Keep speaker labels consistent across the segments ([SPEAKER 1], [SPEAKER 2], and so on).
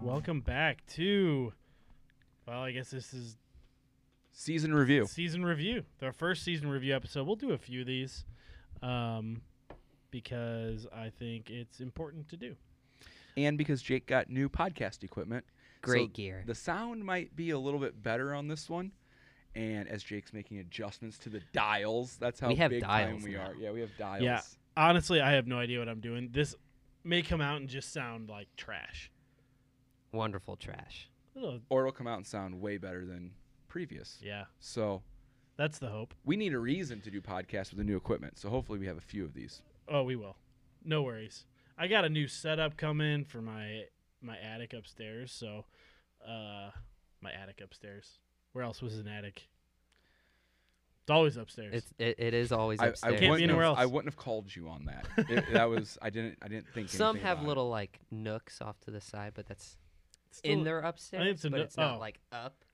[SPEAKER 1] Welcome back to, well, I guess this is
[SPEAKER 2] Season review.
[SPEAKER 1] season review, our first season review episode. We'll do a few of these um, because I think it's important to do.
[SPEAKER 2] And because Jake got new podcast equipment. so
[SPEAKER 3] Great gear.
[SPEAKER 2] The sound might be a little bit better on this one. And as Jake's making adjustments to the dials, that's how
[SPEAKER 3] We have
[SPEAKER 2] big
[SPEAKER 3] dials
[SPEAKER 2] time we
[SPEAKER 3] now.
[SPEAKER 2] are. Yeah, we have dials.
[SPEAKER 1] Honestly, I have no idea what I'm doing. This may come out and just sound like trash.
[SPEAKER 3] Wonderful trash.
[SPEAKER 1] Little-
[SPEAKER 2] Or it'll come out and sound way better than previous.
[SPEAKER 1] Yeah,
[SPEAKER 2] So
[SPEAKER 1] that's the hope.
[SPEAKER 2] we need a reason to do podcasts with the new equipment. So hopefully we have a few of these.
[SPEAKER 1] Oh, we will. No worries. I got a new setup coming for my my attic upstairs. So, uh, my attic upstairs. Where else was an attic? It's always upstairs.
[SPEAKER 3] It's it, it is always
[SPEAKER 2] I, I
[SPEAKER 3] upstairs.
[SPEAKER 1] be
[SPEAKER 2] wouldn't
[SPEAKER 1] anywhere
[SPEAKER 2] have, I
[SPEAKER 1] else.
[SPEAKER 2] wouldn't have called you on that. It- that was I didn't I didn't think
[SPEAKER 3] Some
[SPEAKER 2] anything
[SPEAKER 3] have
[SPEAKER 2] about it.
[SPEAKER 3] little like nooks off to the side, but that's
[SPEAKER 1] It's
[SPEAKER 3] in
[SPEAKER 1] still-
[SPEAKER 3] their upstairs,
[SPEAKER 1] a
[SPEAKER 3] but
[SPEAKER 1] no-
[SPEAKER 3] it's not
[SPEAKER 1] oh.
[SPEAKER 3] like up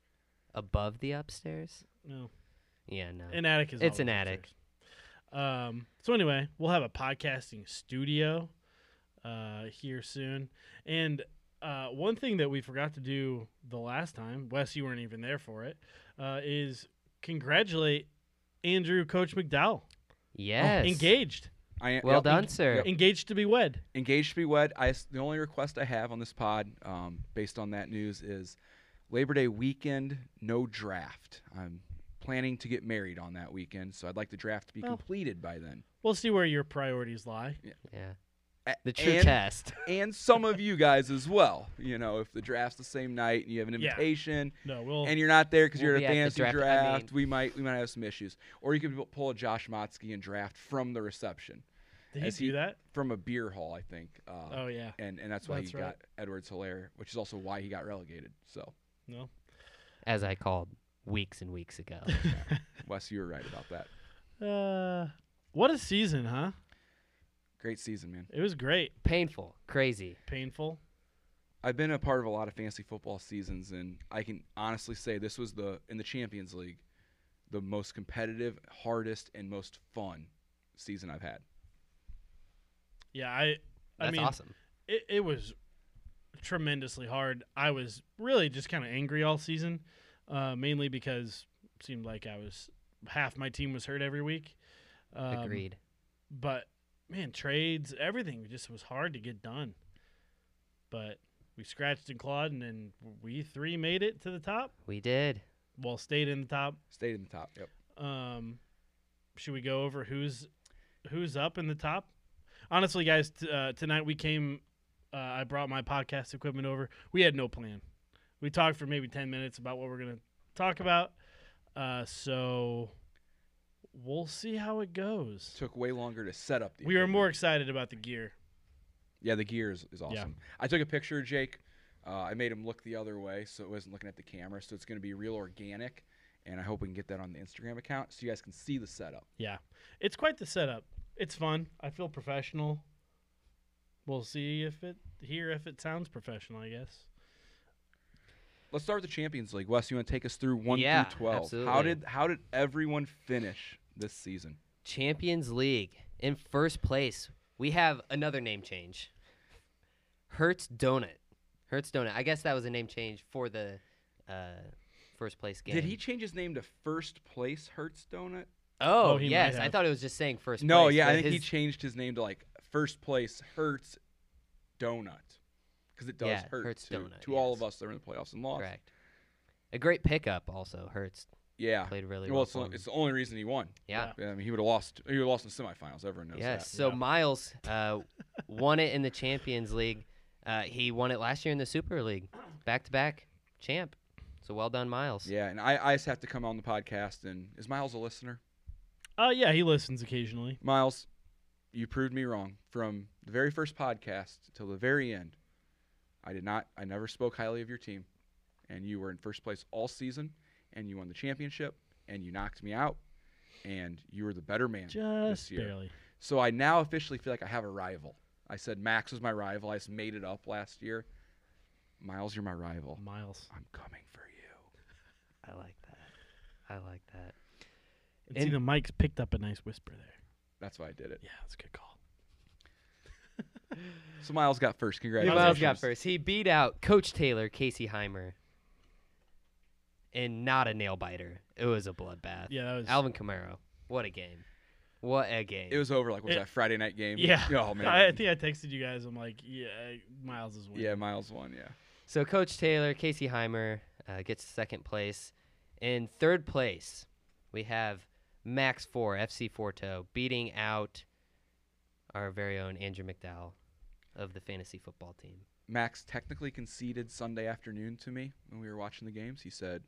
[SPEAKER 3] above the upstairs.
[SPEAKER 1] No,
[SPEAKER 3] Yeah, no.
[SPEAKER 1] an attic is.
[SPEAKER 3] It's
[SPEAKER 1] always
[SPEAKER 3] an attic.
[SPEAKER 1] upstairs. Um. So anyway, we'll have a podcasting studio, uh, here soon, and. Uh, one thing that we forgot to do the last time, Wes, you weren't even there for it, uh, is congratulate Andrew Coach McDowell. oh,
[SPEAKER 3] yes.
[SPEAKER 1] Engaged.
[SPEAKER 2] I am-
[SPEAKER 3] Well
[SPEAKER 2] yep,
[SPEAKER 3] done,
[SPEAKER 2] eng-
[SPEAKER 3] sir.
[SPEAKER 2] yep.
[SPEAKER 1] Engaged to be wed.
[SPEAKER 2] engaged to be wed. I s- the only request I have on this pod, um, based on that news, is Labor Day weekend, no draft. I'm planning to get married on that weekend, so I'd like the draft to be
[SPEAKER 1] Well.
[SPEAKER 2] completed by then.
[SPEAKER 1] We'll see where your priorities lie.
[SPEAKER 3] Yeah.
[SPEAKER 2] A-
[SPEAKER 3] The true
[SPEAKER 2] and,
[SPEAKER 3] test.
[SPEAKER 2] and some of you guys as well. You know, if the draft's the same night and you have an
[SPEAKER 1] Yeah.
[SPEAKER 2] invitation
[SPEAKER 1] No, we'll.
[SPEAKER 2] and you're not there because
[SPEAKER 3] We'll
[SPEAKER 2] you're at
[SPEAKER 3] be
[SPEAKER 2] a
[SPEAKER 3] at the
[SPEAKER 2] fantasy draft,
[SPEAKER 3] draft, I mean-
[SPEAKER 2] we might we might have some issues. Or you could pu- pull a Josh Motsky and draft from the reception,
[SPEAKER 1] did he
[SPEAKER 2] as
[SPEAKER 1] do
[SPEAKER 2] he-
[SPEAKER 1] that?
[SPEAKER 2] from a beer hall, I think. Uh,
[SPEAKER 1] Oh yeah.
[SPEAKER 2] and and that's why
[SPEAKER 1] That's
[SPEAKER 2] he
[SPEAKER 1] right.
[SPEAKER 2] got Edwards Hilaire, which is also why he got relegated. So
[SPEAKER 1] No.
[SPEAKER 3] As I called weeks and weeks ago.
[SPEAKER 2] Wes, you were right about that.
[SPEAKER 1] Uh, what a season, huh?
[SPEAKER 2] Great season, man.
[SPEAKER 1] It was great.
[SPEAKER 3] Painful. Crazy.
[SPEAKER 1] Painful.
[SPEAKER 2] I've been a part of a lot of fantasy football seasons, and I can honestly say this was the in the Champions League, the most competitive, hardest, and most fun season I've had.
[SPEAKER 1] Yeah, I. I
[SPEAKER 3] That's
[SPEAKER 1] mean,
[SPEAKER 3] awesome.
[SPEAKER 1] it, it was tremendously hard. I was really just kind of angry all season, uh, mainly because it seemed like I was half my team was hurt every week. Um,
[SPEAKER 3] Agreed.
[SPEAKER 1] But man, trades, everything just was hard to get done. But we scratched and clawed, and then we three made it to the top.
[SPEAKER 3] We did.
[SPEAKER 1] Well, stayed in the top.
[SPEAKER 2] Stayed in the top. Yep.
[SPEAKER 1] Um, should we go over who's who's up in the top? Honestly, guys, t- uh, tonight we came. Uh, I brought my podcast equipment over. We had no plan. We talked for maybe ten minutes about what we're gonna talk about. Uh, so we'll see how it goes.
[SPEAKER 2] Took way longer to set up the.
[SPEAKER 1] We were
[SPEAKER 2] equipment.
[SPEAKER 1] more excited about the gear.
[SPEAKER 2] Yeah, the gear is, is awesome. I took a picture of Jake. Uh, I made him look the other way, so it wasn't looking at the camera. So it's going to be real organic, and I hope we can get that on the Instagram account so you guys can see the setup.
[SPEAKER 1] Yeah. It's quite the setup. It's fun. I feel professional. We'll see if it here if it sounds professional, I guess.
[SPEAKER 2] Let's start with the Champions League. Wes, you want to take us through one
[SPEAKER 3] Yeah,
[SPEAKER 2] through twelve? How
[SPEAKER 3] absolutely.
[SPEAKER 2] did how did everyone finish this season?
[SPEAKER 3] Champions League. In first place, we have another name change. Hertz Donut. Hertz Donut. I guess that was a name change for the uh, first place game.
[SPEAKER 2] Did he change his name to First Place Hertz Donut?
[SPEAKER 3] Oh,
[SPEAKER 1] Oh, he might
[SPEAKER 3] yes. I
[SPEAKER 1] have.
[SPEAKER 3] thought it was just saying first
[SPEAKER 2] no,
[SPEAKER 3] place,
[SPEAKER 2] yeah, I
[SPEAKER 3] but
[SPEAKER 2] think he
[SPEAKER 3] his-
[SPEAKER 2] changed his name to like First Place Hertz Donut because it does
[SPEAKER 3] Yeah,
[SPEAKER 2] hurt
[SPEAKER 3] Hertz
[SPEAKER 2] to,
[SPEAKER 3] Donut,
[SPEAKER 2] to all
[SPEAKER 3] yes.
[SPEAKER 2] of us that were in the playoffs and lost.
[SPEAKER 3] Correct. A great pickup also. Hertz
[SPEAKER 2] Yeah.
[SPEAKER 3] played really well.
[SPEAKER 2] Well, it's, the-
[SPEAKER 3] for him.
[SPEAKER 2] it's the only reason he won.
[SPEAKER 3] yeah.
[SPEAKER 2] Yeah, I mean, he would have lost. He would have lost in the semifinals. Everyone knows
[SPEAKER 3] Yes.
[SPEAKER 2] that.
[SPEAKER 3] So
[SPEAKER 1] Yeah.
[SPEAKER 3] Miles uh, won it in the Champions League. Uh, he won it last year in the Super League, back to back champ. So well done, Miles.
[SPEAKER 2] Yeah, and I, I just have to come on the podcast. And is Miles a listener?
[SPEAKER 1] Uh yeah, he listens occasionally.
[SPEAKER 2] Miles, you proved me wrong from the very first podcast till the very end. I did not. I never spoke highly of your team, and you were in first place all season, and you won the championship, and you knocked me out, and you were the better man
[SPEAKER 1] Just
[SPEAKER 2] this year.
[SPEAKER 1] barely.
[SPEAKER 2] So I now officially feel like I have a rival. I said Max was my rival. I just made it up last year. Miles, you're my rival.
[SPEAKER 1] Miles.
[SPEAKER 2] I'm coming for you.
[SPEAKER 3] I like that. I like that.
[SPEAKER 1] And see
[SPEAKER 3] And-
[SPEAKER 1] the mic's picked up a nice whisper there.
[SPEAKER 2] That's why I did it.
[SPEAKER 1] Yeah, that's a good call.
[SPEAKER 2] So Miles got first. Congratulations.
[SPEAKER 3] Miles got first. He beat out Coach Taylor, Casey Heimer, and not a nail biter. It was a bloodbath.
[SPEAKER 1] Yeah, that was
[SPEAKER 3] Alvin Kamara, what a game! What a game!
[SPEAKER 2] It was over like what was
[SPEAKER 1] It-
[SPEAKER 2] that Friday night game?
[SPEAKER 1] Yeah.
[SPEAKER 2] Oh man.
[SPEAKER 1] I, I think I texted you guys. I'm like, yeah, Miles is winning.
[SPEAKER 2] yeah, Miles won. Yeah.
[SPEAKER 3] so Coach Taylor, Casey Heimer uh, gets second place. In third place, we have Max Four, FC Forto, beating out our very own Andrew McDowell of the fantasy football team.
[SPEAKER 2] Max technically conceded Sunday afternoon to me when we were watching the games. He said,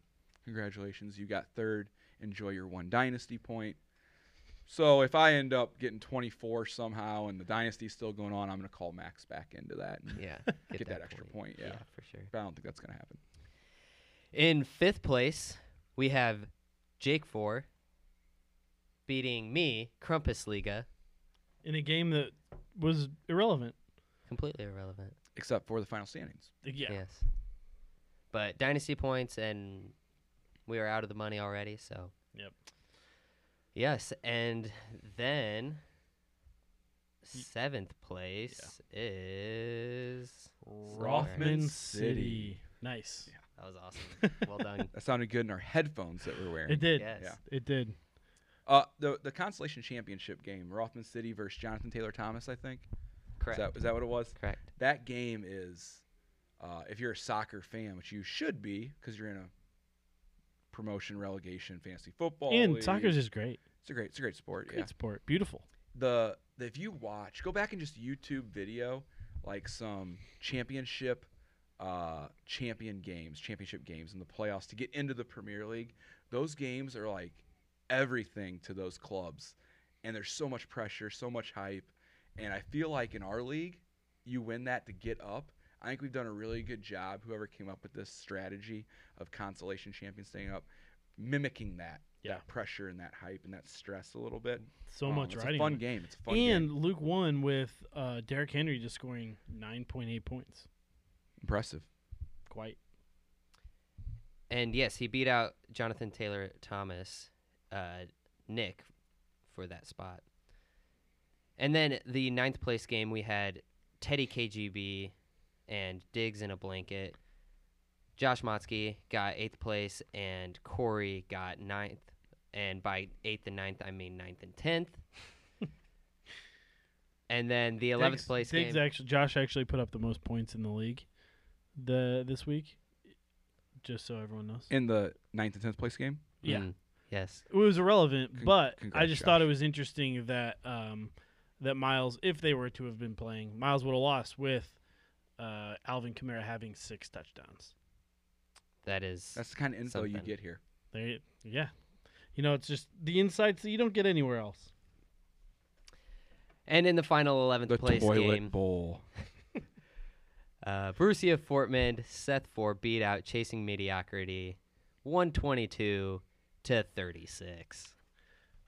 [SPEAKER 2] "Congratulations, you got third. Enjoy your one dynasty point." So if I end up getting 24 somehow and the dynasty's still going on, I'm going to call Max back into that and
[SPEAKER 3] Yeah,
[SPEAKER 2] get, that, extra point. Yeah.
[SPEAKER 3] for sure.
[SPEAKER 2] But I don't think that's going to happen.
[SPEAKER 3] In fifth place, we have Jake Four beating me, Krampusliga,
[SPEAKER 1] In a game that was irrelevant.
[SPEAKER 3] completely irrelevant.
[SPEAKER 2] Except for the final standings.
[SPEAKER 1] Yeah.
[SPEAKER 3] Yes. But dynasty points, and we are out of the money already. So.
[SPEAKER 1] Yep.
[SPEAKER 3] Yes, and then seventh place is
[SPEAKER 2] Rothman City.
[SPEAKER 1] Nice.
[SPEAKER 3] That was awesome. Well done.
[SPEAKER 2] That sounded good in our headphones that we're wearing.
[SPEAKER 1] It did.
[SPEAKER 3] Yes.
[SPEAKER 2] Yeah.
[SPEAKER 1] It did.
[SPEAKER 2] Uh, the the consolation championship game, Rothman City versus Jonathan Taylor Thomas, I think. Is
[SPEAKER 3] Correct.
[SPEAKER 2] that, is that what it was?
[SPEAKER 3] Correct.
[SPEAKER 2] That game is, uh, if you're a soccer fan, which you should be, because you're in a promotion relegation fantasy football.
[SPEAKER 1] and
[SPEAKER 2] league.
[SPEAKER 1] soccer's just great.
[SPEAKER 2] it's a great it's a great sport.
[SPEAKER 1] Great
[SPEAKER 2] yeah.
[SPEAKER 1] sport. Beautiful.
[SPEAKER 2] The, the if you watch, go back and just YouTube video like some championship, uh, champion games, championship games in the playoffs to get into the Premier League. Those games are like everything to those clubs, and there's so much pressure, so much hype, and I feel like in our league, you win that to get up. I think we've done a really good job. Whoever came up with this strategy of consolation champions staying up, mimicking that
[SPEAKER 1] Yeah.
[SPEAKER 2] that pressure and that hype and that stress a little bit.
[SPEAKER 1] So
[SPEAKER 2] Um,
[SPEAKER 1] much
[SPEAKER 2] it's
[SPEAKER 1] riding.
[SPEAKER 2] a fun
[SPEAKER 1] on it.
[SPEAKER 2] game. It's a fun
[SPEAKER 1] and
[SPEAKER 2] game.
[SPEAKER 1] Luke won with uh, Derrick Henry just scoring 9.8 points.
[SPEAKER 2] Impressive.
[SPEAKER 1] Quite.
[SPEAKER 3] And yes, he beat out Jonathan Taylor Thomas, uh, Nick, for that spot. And then the ninth place game, we had Teddy KGB and Diggs in a blanket. Josh Motsky got eighth place, and Corey got ninth. And by eighth and ninth, I mean ninth and tenth. and then the eleventh
[SPEAKER 1] Diggs-
[SPEAKER 3] place
[SPEAKER 1] Diggs
[SPEAKER 3] game.
[SPEAKER 1] actually, Josh actually put up the most points in the league the this week, just so everyone knows.
[SPEAKER 2] In the ninth and tenth place game,
[SPEAKER 1] yeah.
[SPEAKER 3] Mm, yes.
[SPEAKER 1] It was irrelevant,
[SPEAKER 2] Con-
[SPEAKER 1] but I
[SPEAKER 2] congrats,
[SPEAKER 1] just thought it
[SPEAKER 2] Josh.
[SPEAKER 1] was interesting that um, that Miles, if they were to have been playing, Miles would have lost with uh, Alvin Kamara having six touchdowns.
[SPEAKER 3] That is.
[SPEAKER 2] that's the kind of info you
[SPEAKER 3] Something.
[SPEAKER 2] get here.
[SPEAKER 1] They, yeah, you know, it's just the insights that you don't get anywhere else.
[SPEAKER 3] and in the final 11th place game.
[SPEAKER 2] bowl.
[SPEAKER 3] Uh, Borussia Fortman, Seth Four beat out Chasing Mediocrity, 122 to 36.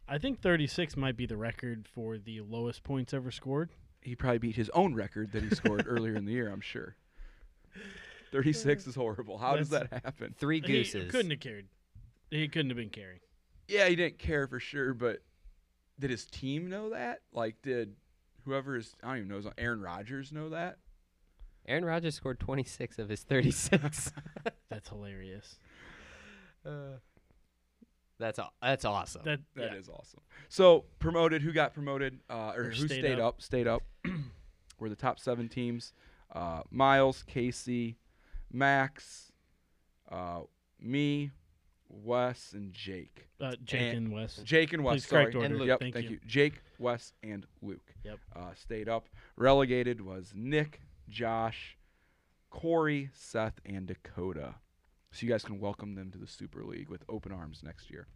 [SPEAKER 1] I think 36 might be the record for the lowest points ever scored.
[SPEAKER 2] He probably beat his own record that he scored earlier in the year. I'm sure. Thirty-six is horrible. How does
[SPEAKER 1] That's-
[SPEAKER 2] that happen?
[SPEAKER 3] Three
[SPEAKER 1] He
[SPEAKER 3] gooses.
[SPEAKER 1] couldn't have carried. He couldn't have been carrying.
[SPEAKER 2] Yeah, he didn't care for sure, but did his team know that? Like, did whoever is I don't even know is Aaron Rodgers know that?
[SPEAKER 3] Aaron Rodgers scored 26 of his 36.
[SPEAKER 1] That's hilarious.
[SPEAKER 3] that's aw- that's awesome.
[SPEAKER 1] That
[SPEAKER 2] Oh, That is
[SPEAKER 1] yeah.
[SPEAKER 2] awesome. So promoted, who got promoted, uh, or,
[SPEAKER 1] Or
[SPEAKER 2] who
[SPEAKER 1] stayed
[SPEAKER 2] stayed, up. Stayed up. Were the top seven teams: uh, Miles, Casey, Max, uh, me, Wes, and Jake.
[SPEAKER 1] uh, Jake
[SPEAKER 2] And-
[SPEAKER 1] and Wes.
[SPEAKER 2] Jake and Wes.
[SPEAKER 1] Please, correct
[SPEAKER 2] sorry.
[SPEAKER 1] order.
[SPEAKER 3] And Luke,
[SPEAKER 2] Yep,
[SPEAKER 1] thank
[SPEAKER 2] thank,
[SPEAKER 1] you.
[SPEAKER 2] you. Jake, Wes, and Luke.
[SPEAKER 1] Yep.
[SPEAKER 2] Uh, stayed up. Relegated was Nick, Josh, Corey, Seth, and Dakota. So you guys can welcome them to the Super League with open arms next year.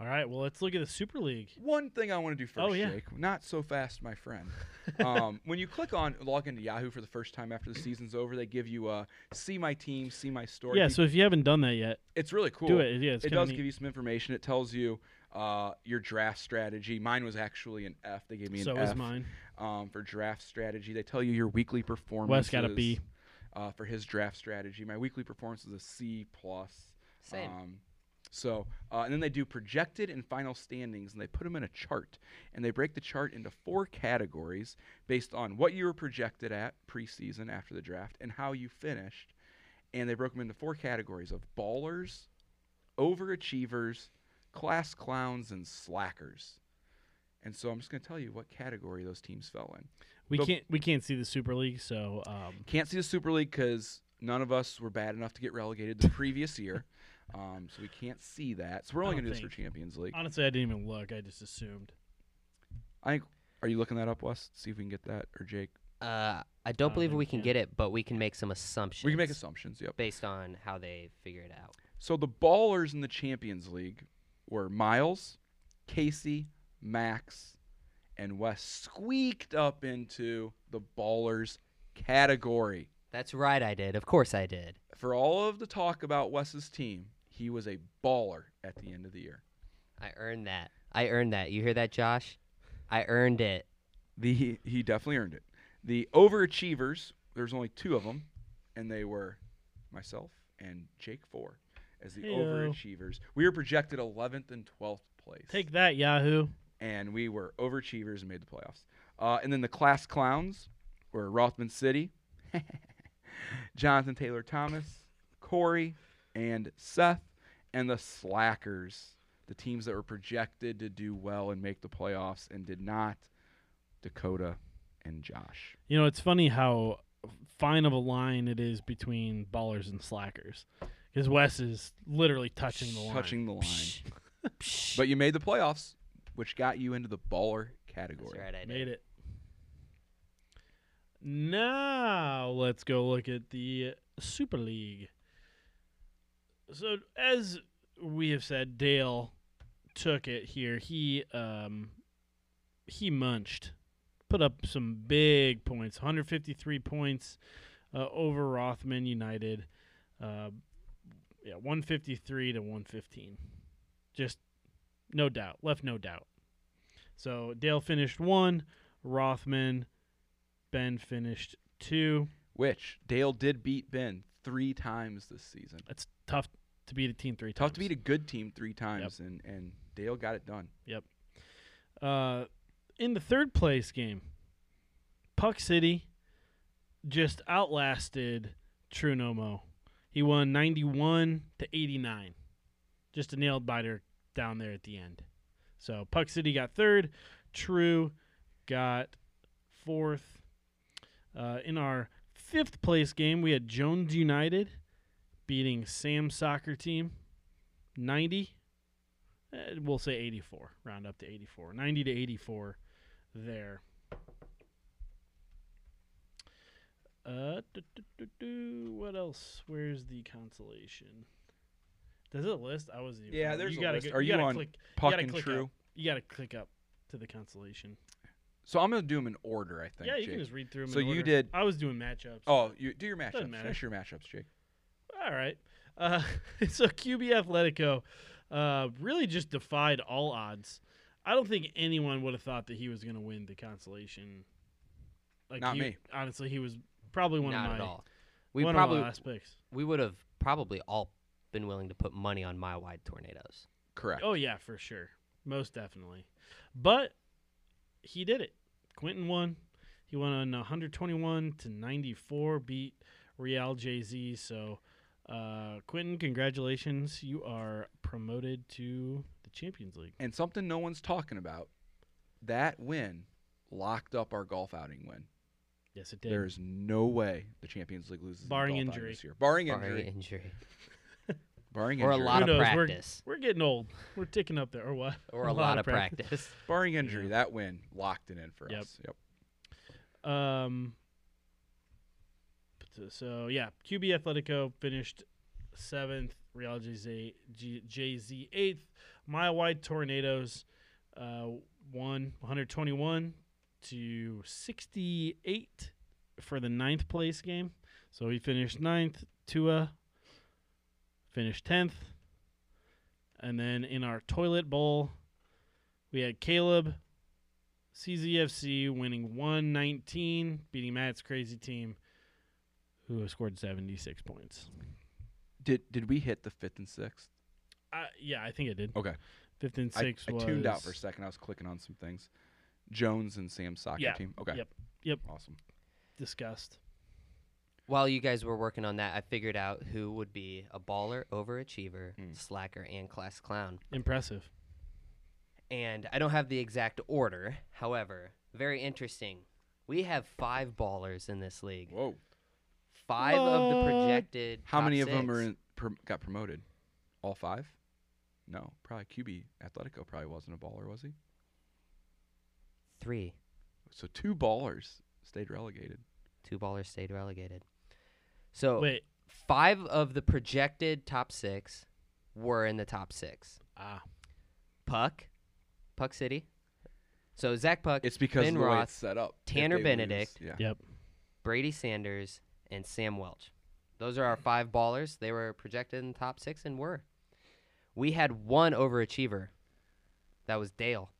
[SPEAKER 1] All right, well, let's look at the Super League.
[SPEAKER 2] One thing I want to do first,
[SPEAKER 1] Oh, yeah.
[SPEAKER 2] Jake. Not so fast, my friend. um, when you click on log into Yahoo for the first time after the season's over, they give you uh, see my team, see my story.
[SPEAKER 1] Yeah,
[SPEAKER 2] Pe-
[SPEAKER 1] so if you haven't done that yet,
[SPEAKER 2] it's really cool.
[SPEAKER 1] do it. Yeah, it's
[SPEAKER 2] it
[SPEAKER 1] kinda
[SPEAKER 2] does
[SPEAKER 1] neat.
[SPEAKER 2] give you some information. It tells you uh, your draft strategy. Mine was actually an F. They gave me an
[SPEAKER 1] so
[SPEAKER 2] F
[SPEAKER 1] is mine.
[SPEAKER 2] um, for draft strategy. They tell you your weekly performance.
[SPEAKER 1] Wes got a B.
[SPEAKER 2] Uh, for his draft strategy, my weekly performance is a C plus.
[SPEAKER 3] Same.
[SPEAKER 2] Um, So, uh, and then they do projected and final standings, and they put them in a chart, and they break the chart into four categories based on what you were projected at preseason after the draft and how you finished, and they broke them into four categories of ballers, overachievers, class clowns, and slackers. And so I'm just going to tell you what category those teams fell in.
[SPEAKER 1] We
[SPEAKER 2] The-
[SPEAKER 1] can't we can't see the Super League, so um,
[SPEAKER 2] Can't see the Super League because none of us were bad enough to get relegated the previous year. Um, so we can't see that. So we're only
[SPEAKER 1] I
[SPEAKER 2] going
[SPEAKER 1] don't
[SPEAKER 2] to do this for Champions League.
[SPEAKER 1] honestly, I didn't even look. I just assumed.
[SPEAKER 2] I think. Are you looking that up, Wes? See if we can get that, or Jake.
[SPEAKER 3] Uh, I
[SPEAKER 1] I
[SPEAKER 3] don't believe
[SPEAKER 1] think
[SPEAKER 3] we
[SPEAKER 1] we
[SPEAKER 3] can
[SPEAKER 1] can.
[SPEAKER 3] get it, but we can make some assumptions.
[SPEAKER 2] We can make assumptions. Yep.
[SPEAKER 3] based on how they figure it out.
[SPEAKER 2] So the ballers in the Champions League were Miles, Casey, Max, and Wes squeaked up into the ballers category.
[SPEAKER 3] That's right, I did. Of course, I did.
[SPEAKER 2] For all of the talk about Wes's team, he was a baller at the end of the year.
[SPEAKER 3] I earned that. I earned that. You hear that, Josh? I earned it.
[SPEAKER 2] The he definitely earned it. The overachievers, there's only two of them, and they were myself and Jake Four as the
[SPEAKER 1] Heyo.
[SPEAKER 2] overachievers. We were projected 11th and 12th place,
[SPEAKER 1] Take that, Yahoo!
[SPEAKER 2] and we were overachievers and made the playoffs. Uh, and then the class clowns were Rothman City, Jonathan Taylor Thomas, Corey, and Seth, and the slackers, the teams that were projected to do well and make the playoffs and did not, Dakota and Josh.
[SPEAKER 1] You know, it's funny how fine of a line it is between ballers and slackers, because Wes is literally touching the line.
[SPEAKER 2] Touching the line.
[SPEAKER 3] Psh. Psh.
[SPEAKER 2] But you made the playoffs, which got you into the baller category.
[SPEAKER 3] That's right, I did.
[SPEAKER 1] Made it. Now let's go look at the Super League. So as we have said, Dale took it here. He um he munched, put up some big points, 153 points uh, over Rothman United. Uh, yeah, 153 to 115. Just no doubt, left no doubt. So Dale finished one, Rothman, Ben finished two.
[SPEAKER 2] Which Dale did beat Ben three times this season.
[SPEAKER 1] It's tough to beat a team three
[SPEAKER 2] Tough
[SPEAKER 1] times.
[SPEAKER 2] to beat a good team three times, and, and Dale got it done.
[SPEAKER 1] Uh, in the third place game, Puck City just outlasted True Nomo. He won 91 to 89. Just a nailed biter down there at the end. So Puck City got third. True got fourth. Uh, in our fifth place game, we had Jones United beating Sam Soccer Team 90 uh, we'll say 84 round up to 84 90 to 84 there uh do, do, do, do. what else where's the consolation does it list i wasn't even
[SPEAKER 2] Yeah,
[SPEAKER 1] you
[SPEAKER 2] there's a
[SPEAKER 1] gotta
[SPEAKER 2] list.
[SPEAKER 1] go-
[SPEAKER 2] Are you
[SPEAKER 1] gotta
[SPEAKER 2] on
[SPEAKER 1] click,
[SPEAKER 2] Puck
[SPEAKER 1] gotta
[SPEAKER 2] and
[SPEAKER 1] click
[SPEAKER 2] True.
[SPEAKER 1] up. you gotta click up to the consolation
[SPEAKER 2] So I'm gonna do them in order. I think.
[SPEAKER 1] yeah you
[SPEAKER 2] Jake.
[SPEAKER 1] can just read through them
[SPEAKER 2] So
[SPEAKER 1] in
[SPEAKER 2] you
[SPEAKER 1] order.
[SPEAKER 2] did-
[SPEAKER 1] i was doing matchups
[SPEAKER 2] Oh, you do your
[SPEAKER 1] Doesn't
[SPEAKER 2] matchups.
[SPEAKER 1] matter.
[SPEAKER 2] Finish your matchups, Jake.
[SPEAKER 1] All right. Uh, so QB Atletico uh, really just defied all odds. I don't think anyone would have thought that he was going to win the consolation. Like
[SPEAKER 2] Not
[SPEAKER 1] he-
[SPEAKER 2] me.
[SPEAKER 1] Honestly, he was probably one
[SPEAKER 3] Not
[SPEAKER 1] of my
[SPEAKER 3] at all. We
[SPEAKER 1] one
[SPEAKER 3] probably
[SPEAKER 1] of my last picks.
[SPEAKER 3] we would have probably all been willing to put money on my wide tornadoes.
[SPEAKER 2] Correct.
[SPEAKER 1] Oh yeah, for sure, most definitely. But he did it. Quentin won. He won on 121 to 94, beat Real JZ. So, uh, Quentin, congratulations! You are promoted to the Champions League.
[SPEAKER 2] And something no one's talking about. That win locked up our golf outing win.
[SPEAKER 1] Yes, it did.
[SPEAKER 2] There is no way the Champions League loses. in the
[SPEAKER 1] Barring
[SPEAKER 2] golf outing
[SPEAKER 1] injury.
[SPEAKER 2] this year. Barring
[SPEAKER 3] Barring
[SPEAKER 2] injury.
[SPEAKER 3] injury.
[SPEAKER 2] barring
[SPEAKER 3] Or a
[SPEAKER 2] injury.
[SPEAKER 1] Who
[SPEAKER 3] lot of
[SPEAKER 1] knows? We're-
[SPEAKER 3] practice.
[SPEAKER 1] We're getting old. We're ticking up there, or what?
[SPEAKER 3] Or a, lot, of practice.
[SPEAKER 2] barring injury.
[SPEAKER 1] Yeah.
[SPEAKER 2] That win locked it in for
[SPEAKER 1] Yep.
[SPEAKER 2] us. Yep.
[SPEAKER 1] Um. but, uh, So yeah, QB Atletico finished seventh. Real JZ G- JZ eighth. My Wide Tornadoes uh, won 121 to 68 for the ninth place game. So he finished ninth. Tua finished tenth. And then in our toilet bowl, we had Caleb CZFC winning 119, beating Matt's crazy team, who scored 76 points.
[SPEAKER 2] Did did we hit the fifth and sixth?
[SPEAKER 1] I, yeah, I think I did.
[SPEAKER 2] Okay.
[SPEAKER 1] 15
[SPEAKER 2] I,
[SPEAKER 1] 6
[SPEAKER 2] I
[SPEAKER 1] was.
[SPEAKER 2] tuned out for a second. I was clicking on some things. Jones and Sam's soccer
[SPEAKER 1] Yeah.
[SPEAKER 2] team. Okay.
[SPEAKER 1] Yep. Yep.
[SPEAKER 2] Awesome.
[SPEAKER 1] Disgust.
[SPEAKER 3] While you guys were working on that, I figured out who would be a baller, overachiever,
[SPEAKER 2] Mm.
[SPEAKER 3] slacker, and class clown.
[SPEAKER 1] Impressive.
[SPEAKER 3] And I don't have the exact order. However, very interesting. We have five ballers in this league.
[SPEAKER 2] Whoa.
[SPEAKER 3] Five of the
[SPEAKER 1] What?
[SPEAKER 3] projected.
[SPEAKER 2] How
[SPEAKER 3] top
[SPEAKER 2] many of them
[SPEAKER 3] six.
[SPEAKER 2] are in, prom got promoted? All five? No, probably QB Atletico probably wasn't a baller, was he?
[SPEAKER 3] Three.
[SPEAKER 2] So two ballers stayed relegated.
[SPEAKER 3] Two ballers stayed relegated. So
[SPEAKER 1] Wait.
[SPEAKER 3] five of the projected top six were in the top six.
[SPEAKER 1] Ah.
[SPEAKER 3] Puck, Puck City. So Zach Puck,
[SPEAKER 2] It's because
[SPEAKER 3] Ben
[SPEAKER 2] of the way
[SPEAKER 3] Roth,
[SPEAKER 2] it's set up. If
[SPEAKER 3] Tanner
[SPEAKER 2] they lose-
[SPEAKER 3] Benedict.
[SPEAKER 2] Yeah.
[SPEAKER 1] Yep.
[SPEAKER 3] Brady Sanders, and Sam Welch. Those are our five ballers. They were projected in the top six and were. We had one overachiever. That was Dale.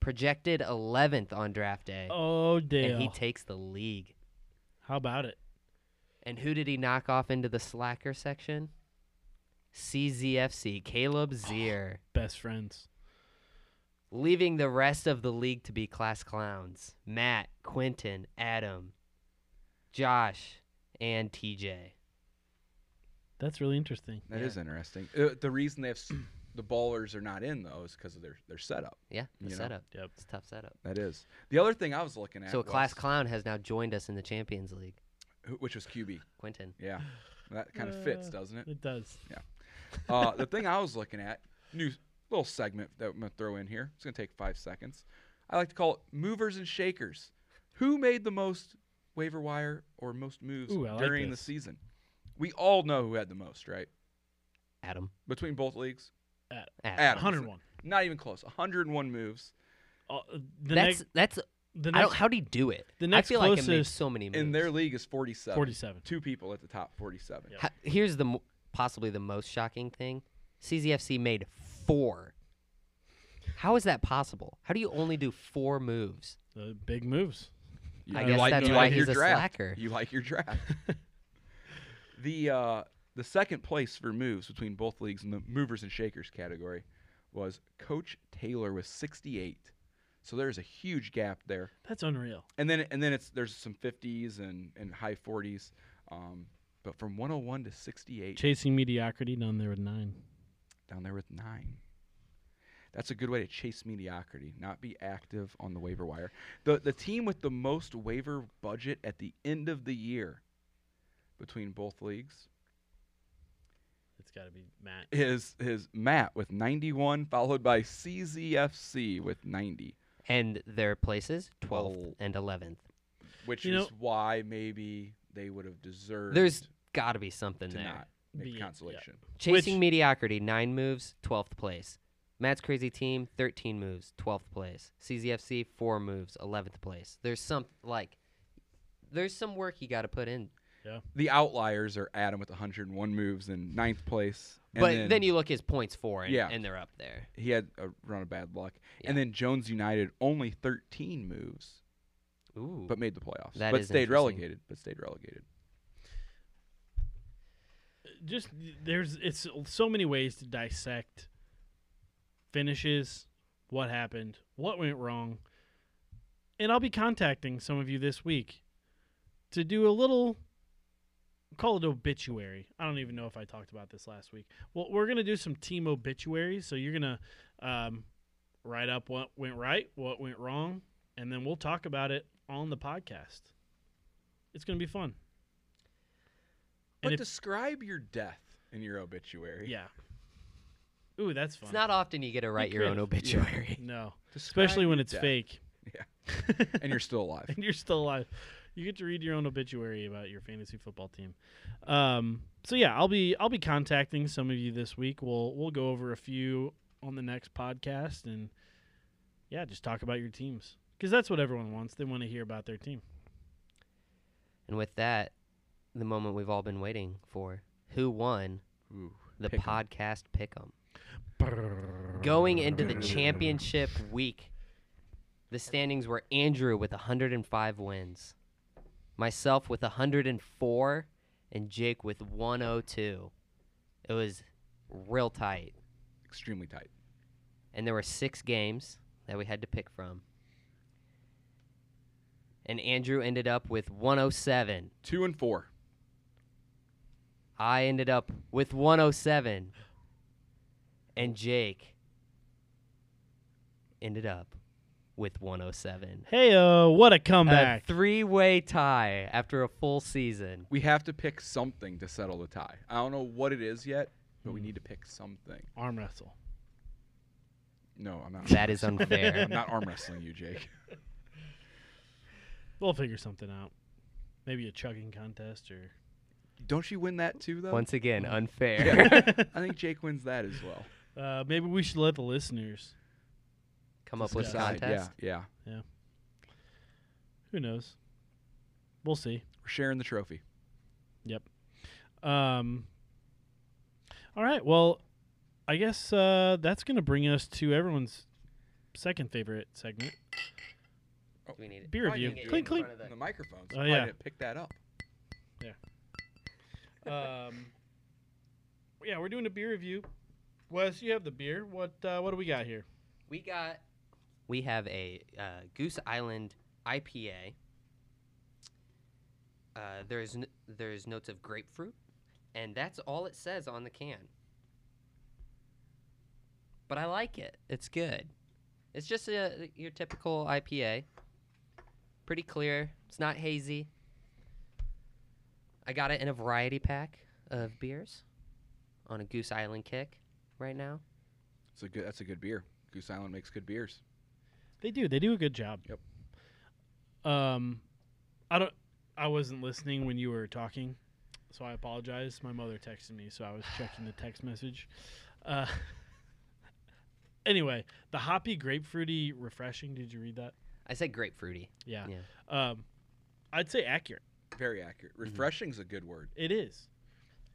[SPEAKER 3] Projected 11th on draft day.
[SPEAKER 1] Oh,
[SPEAKER 3] and
[SPEAKER 1] Dale.
[SPEAKER 3] he takes the league.
[SPEAKER 1] How about it?
[SPEAKER 3] And who did he knock off into the slacker section? CZFC, Caleb Zier,
[SPEAKER 1] Best friends.
[SPEAKER 3] leaving the rest of the league to be class clowns. Matt, Quentin, Adam, Josh, and TJ.
[SPEAKER 1] That's really interesting.
[SPEAKER 2] That is
[SPEAKER 3] Yeah.
[SPEAKER 2] interesting. Uh, the reason they have s- the ballers are not in though is because of their their setup.
[SPEAKER 3] Yeah,
[SPEAKER 2] You
[SPEAKER 3] the
[SPEAKER 2] know?
[SPEAKER 3] setup.
[SPEAKER 1] Yep.
[SPEAKER 3] It's a tough setup.
[SPEAKER 2] That is the other thing I was looking at.
[SPEAKER 3] So a class
[SPEAKER 2] was-
[SPEAKER 3] clown has now joined us in the Champions League.
[SPEAKER 2] who- which was QB.
[SPEAKER 3] Quentin.
[SPEAKER 2] Yeah, that kind of fits,
[SPEAKER 1] Uh,
[SPEAKER 2] doesn't it?
[SPEAKER 1] It does.
[SPEAKER 2] Uh, the thing I was looking at, new little segment that I'm gonna throw in here. It's gonna take five seconds. I like to call it movers and shakers. Who made the most waiver wire or most moves
[SPEAKER 1] Ooh, I like
[SPEAKER 2] during the
[SPEAKER 1] this.
[SPEAKER 2] season? We all know who had the most, right?
[SPEAKER 3] Adam.
[SPEAKER 2] Between both leagues,
[SPEAKER 3] Adam.
[SPEAKER 2] Adam.
[SPEAKER 1] 101.
[SPEAKER 2] not even close. 101 moves.
[SPEAKER 1] Uh, the,
[SPEAKER 3] That's
[SPEAKER 1] next,
[SPEAKER 3] that's
[SPEAKER 1] the
[SPEAKER 3] I don't
[SPEAKER 1] next
[SPEAKER 3] how do you do it?
[SPEAKER 1] the next
[SPEAKER 3] I feel like it makes
[SPEAKER 1] closest
[SPEAKER 3] so many moves.
[SPEAKER 2] In their league is 47.
[SPEAKER 1] 47.
[SPEAKER 2] Two people at the top, 47.
[SPEAKER 1] Yep.
[SPEAKER 3] Ha- here's the mo- possibly the most shocking thing. CZFC made 4. How is that possible? How do you only do 4 moves?
[SPEAKER 1] The big moves.
[SPEAKER 2] You
[SPEAKER 3] I
[SPEAKER 2] you
[SPEAKER 3] guess
[SPEAKER 2] like,
[SPEAKER 3] that's
[SPEAKER 2] you
[SPEAKER 1] why
[SPEAKER 2] like
[SPEAKER 3] he's
[SPEAKER 2] your
[SPEAKER 3] a
[SPEAKER 2] draft.
[SPEAKER 3] slacker.
[SPEAKER 2] You like your draft. the uh, the second place for moves between both leagues in the movers and shakers category was Coach Taylor with 68. So there's a huge gap there.
[SPEAKER 1] That's unreal.
[SPEAKER 2] And then and then it's there's some 50s and, and high 40s. Um, but from 101 to 68
[SPEAKER 1] Chasing mediocrity down there with nine.
[SPEAKER 2] down there with 9. That's a good way to chase mediocrity, not be active on the waiver wire. The the team with the most waiver budget at the end of the year between both leagues
[SPEAKER 1] It's got to be Matt.
[SPEAKER 2] is is Matt with 91 followed by CZFC with 90,
[SPEAKER 3] And their places 12th
[SPEAKER 2] Well-
[SPEAKER 3] and 11th.
[SPEAKER 2] which
[SPEAKER 1] You
[SPEAKER 2] is why maybe they would have deserved
[SPEAKER 3] There's got to be something
[SPEAKER 2] to
[SPEAKER 3] there.
[SPEAKER 2] not
[SPEAKER 1] Be-
[SPEAKER 2] make
[SPEAKER 1] yeah.
[SPEAKER 2] consolation.
[SPEAKER 3] Chasing
[SPEAKER 1] Which-
[SPEAKER 3] mediocrity, nine moves, 12th place. Matt's crazy team, 13 moves, 12th place. CZFC, four moves, 11th place. There's some, like, there's some work you got to put in.
[SPEAKER 2] The outliers are Adam with 101 moves in ninth place. and
[SPEAKER 3] but then, you look his points for, and,
[SPEAKER 2] Yeah.
[SPEAKER 3] and they're up there.
[SPEAKER 2] he had a run of bad luck.
[SPEAKER 3] Yeah.
[SPEAKER 2] And then Jones United only 13 moves,
[SPEAKER 3] Ooh.
[SPEAKER 2] but made the playoffs.
[SPEAKER 3] That
[SPEAKER 2] but
[SPEAKER 3] is
[SPEAKER 2] stayed
[SPEAKER 3] interesting.
[SPEAKER 2] relegated. But stayed relegated.
[SPEAKER 1] Just there's it's so many ways to dissect finishes, what happened, what went wrong. And I'll be contacting some of you this week to do a little call it obituary. I don't even know if I talked about this last week. Well, we're going to do some team obituaries, so you're going to um, write up what went right, what went wrong, and then we'll talk about it on the podcast. It's going to be fun. And
[SPEAKER 2] But
[SPEAKER 1] if-
[SPEAKER 2] describe your death in your obituary.
[SPEAKER 1] Yeah. Ooh, that's fun.
[SPEAKER 3] it's not often you get to write your own
[SPEAKER 1] creative.
[SPEAKER 2] Yeah.
[SPEAKER 3] obituary.
[SPEAKER 1] no,
[SPEAKER 2] Describe
[SPEAKER 1] especially when
[SPEAKER 2] your
[SPEAKER 1] it's
[SPEAKER 2] death.
[SPEAKER 1] fake
[SPEAKER 2] and you're still alive.
[SPEAKER 1] and you're still alive. You get to read your own obituary about your fantasy football team. Um, so yeah, I'll be I'll be contacting some of you this week. We'll we'll go over a few on the next podcast and yeah, just talk about your teams because that's what everyone wants. They want to hear about their team.
[SPEAKER 3] And with that, the moment we've all been waiting for who won
[SPEAKER 2] Ooh,
[SPEAKER 3] the
[SPEAKER 2] pick 'em.
[SPEAKER 3] podcast pick 'em? Going into the championship week, the standings were Andrew with 105 wins, myself with 104, and Jake with 102. It was real tight.
[SPEAKER 2] extremely tight.
[SPEAKER 3] and there were six games that we had to pick from. And Andrew ended up with 107.
[SPEAKER 2] Two and four.
[SPEAKER 3] I ended up with 107. And Jake ended up with 107.
[SPEAKER 1] Hey, uh, what a comeback!
[SPEAKER 3] A three way tie after a full season.
[SPEAKER 2] We have to pick something to settle the tie. I don't know what it is yet, but we
[SPEAKER 1] Hmm.
[SPEAKER 2] need to pick something.
[SPEAKER 1] Arm wrestle.
[SPEAKER 2] No, I'm not.
[SPEAKER 3] That is unfair.
[SPEAKER 2] I'm not arm wrestling you, Jake.
[SPEAKER 1] We'll figure something out. Maybe a chugging contest or.
[SPEAKER 2] Don't you win that too, though?
[SPEAKER 3] Once again, unfair.
[SPEAKER 2] Yeah. I think Jake wins that as well.
[SPEAKER 1] uh, maybe we should let the listeners.
[SPEAKER 3] Come up with a
[SPEAKER 1] Decide,
[SPEAKER 2] Side,
[SPEAKER 3] contest.
[SPEAKER 2] Yeah, yeah.
[SPEAKER 1] Who knows? We'll see.
[SPEAKER 2] We're sharing the trophy.
[SPEAKER 1] Um, all right. Well, I guess uh, that's going to bring us to everyone's second favorite segment.
[SPEAKER 3] Do we need it?
[SPEAKER 1] Beer review.
[SPEAKER 3] didn't get
[SPEAKER 1] Clink,
[SPEAKER 3] you in
[SPEAKER 1] clink.
[SPEAKER 3] front of the-
[SPEAKER 2] The microphones.
[SPEAKER 1] Oh,
[SPEAKER 2] I
[SPEAKER 1] yeah.
[SPEAKER 2] didn't pick that up.
[SPEAKER 1] Um, yeah, we're doing a beer review. Wes, you have the beer. What uh, what do we got here?
[SPEAKER 3] We got. We have a uh, Goose Island IPA. Uh, there's n- there's notes of grapefruit, and that's all it says on the can. But I like it. It's good. It's just a, your typical IPA. Pretty clear. It's not hazy. I got it in a variety pack of beers on a Goose Island kick right now.
[SPEAKER 2] It's a good. That's a good beer. Goose Island makes good beers.
[SPEAKER 1] They do. They do a good job.
[SPEAKER 2] Yep.
[SPEAKER 1] Um, I don't. I wasn't listening when you were talking, so I apologize. My mother texted me, so I was checking the text message. Uh, anyway, the hoppy, grapefruity, refreshing. Did you read that?
[SPEAKER 3] I said grapefruity.
[SPEAKER 1] Yeah.
[SPEAKER 3] Yeah.
[SPEAKER 1] Um, I'd say accurate.
[SPEAKER 2] Very accurate.
[SPEAKER 1] Mm-hmm.
[SPEAKER 2] Refreshing's a good word.
[SPEAKER 1] It is.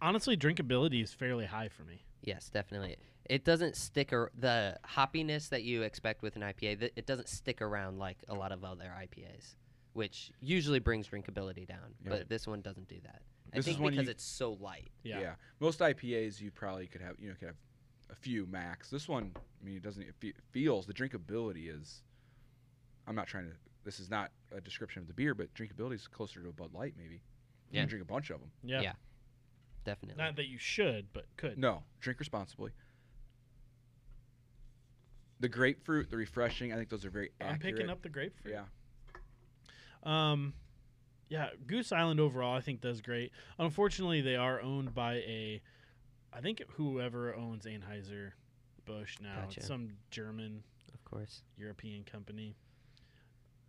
[SPEAKER 1] Honestly, drinkability is fairly high for me.
[SPEAKER 3] Yes, definitely. It doesn't stick ar- the hoppiness that you expect with an IPA. Th- it doesn't stick around like a lot of other IPAs, which usually brings drinkability down.
[SPEAKER 2] Yeah.
[SPEAKER 3] But this one doesn't do that.
[SPEAKER 2] This
[SPEAKER 3] I think
[SPEAKER 2] is when
[SPEAKER 3] because
[SPEAKER 2] you-
[SPEAKER 3] it's so light.
[SPEAKER 1] Yeah.
[SPEAKER 2] Most IPAs you probably could have. You know, could have a few max. This one, I mean, it doesn't. It fe- feels the drinkability is. I'm not trying to. This is not a description of the beer, but drinkability is closer to a Bud Light, maybe. You
[SPEAKER 3] Yeah.
[SPEAKER 2] can drink a bunch of them.
[SPEAKER 1] Yeah.
[SPEAKER 3] Yeah. Definitely.
[SPEAKER 1] Not that you should, but could.
[SPEAKER 2] No, drink responsibly. The grapefruit, the refreshing. I think those are very
[SPEAKER 1] I'm
[SPEAKER 2] accurate.
[SPEAKER 1] picking up the grapefruit.
[SPEAKER 2] Yeah.
[SPEAKER 1] Um, yeah, Goose Island overall, I think does great. Unfortunately, they are owned by a, I think whoever owns Anheuser Busch now, it's
[SPEAKER 3] Gotcha.
[SPEAKER 1] some German
[SPEAKER 3] Of course.
[SPEAKER 1] European company.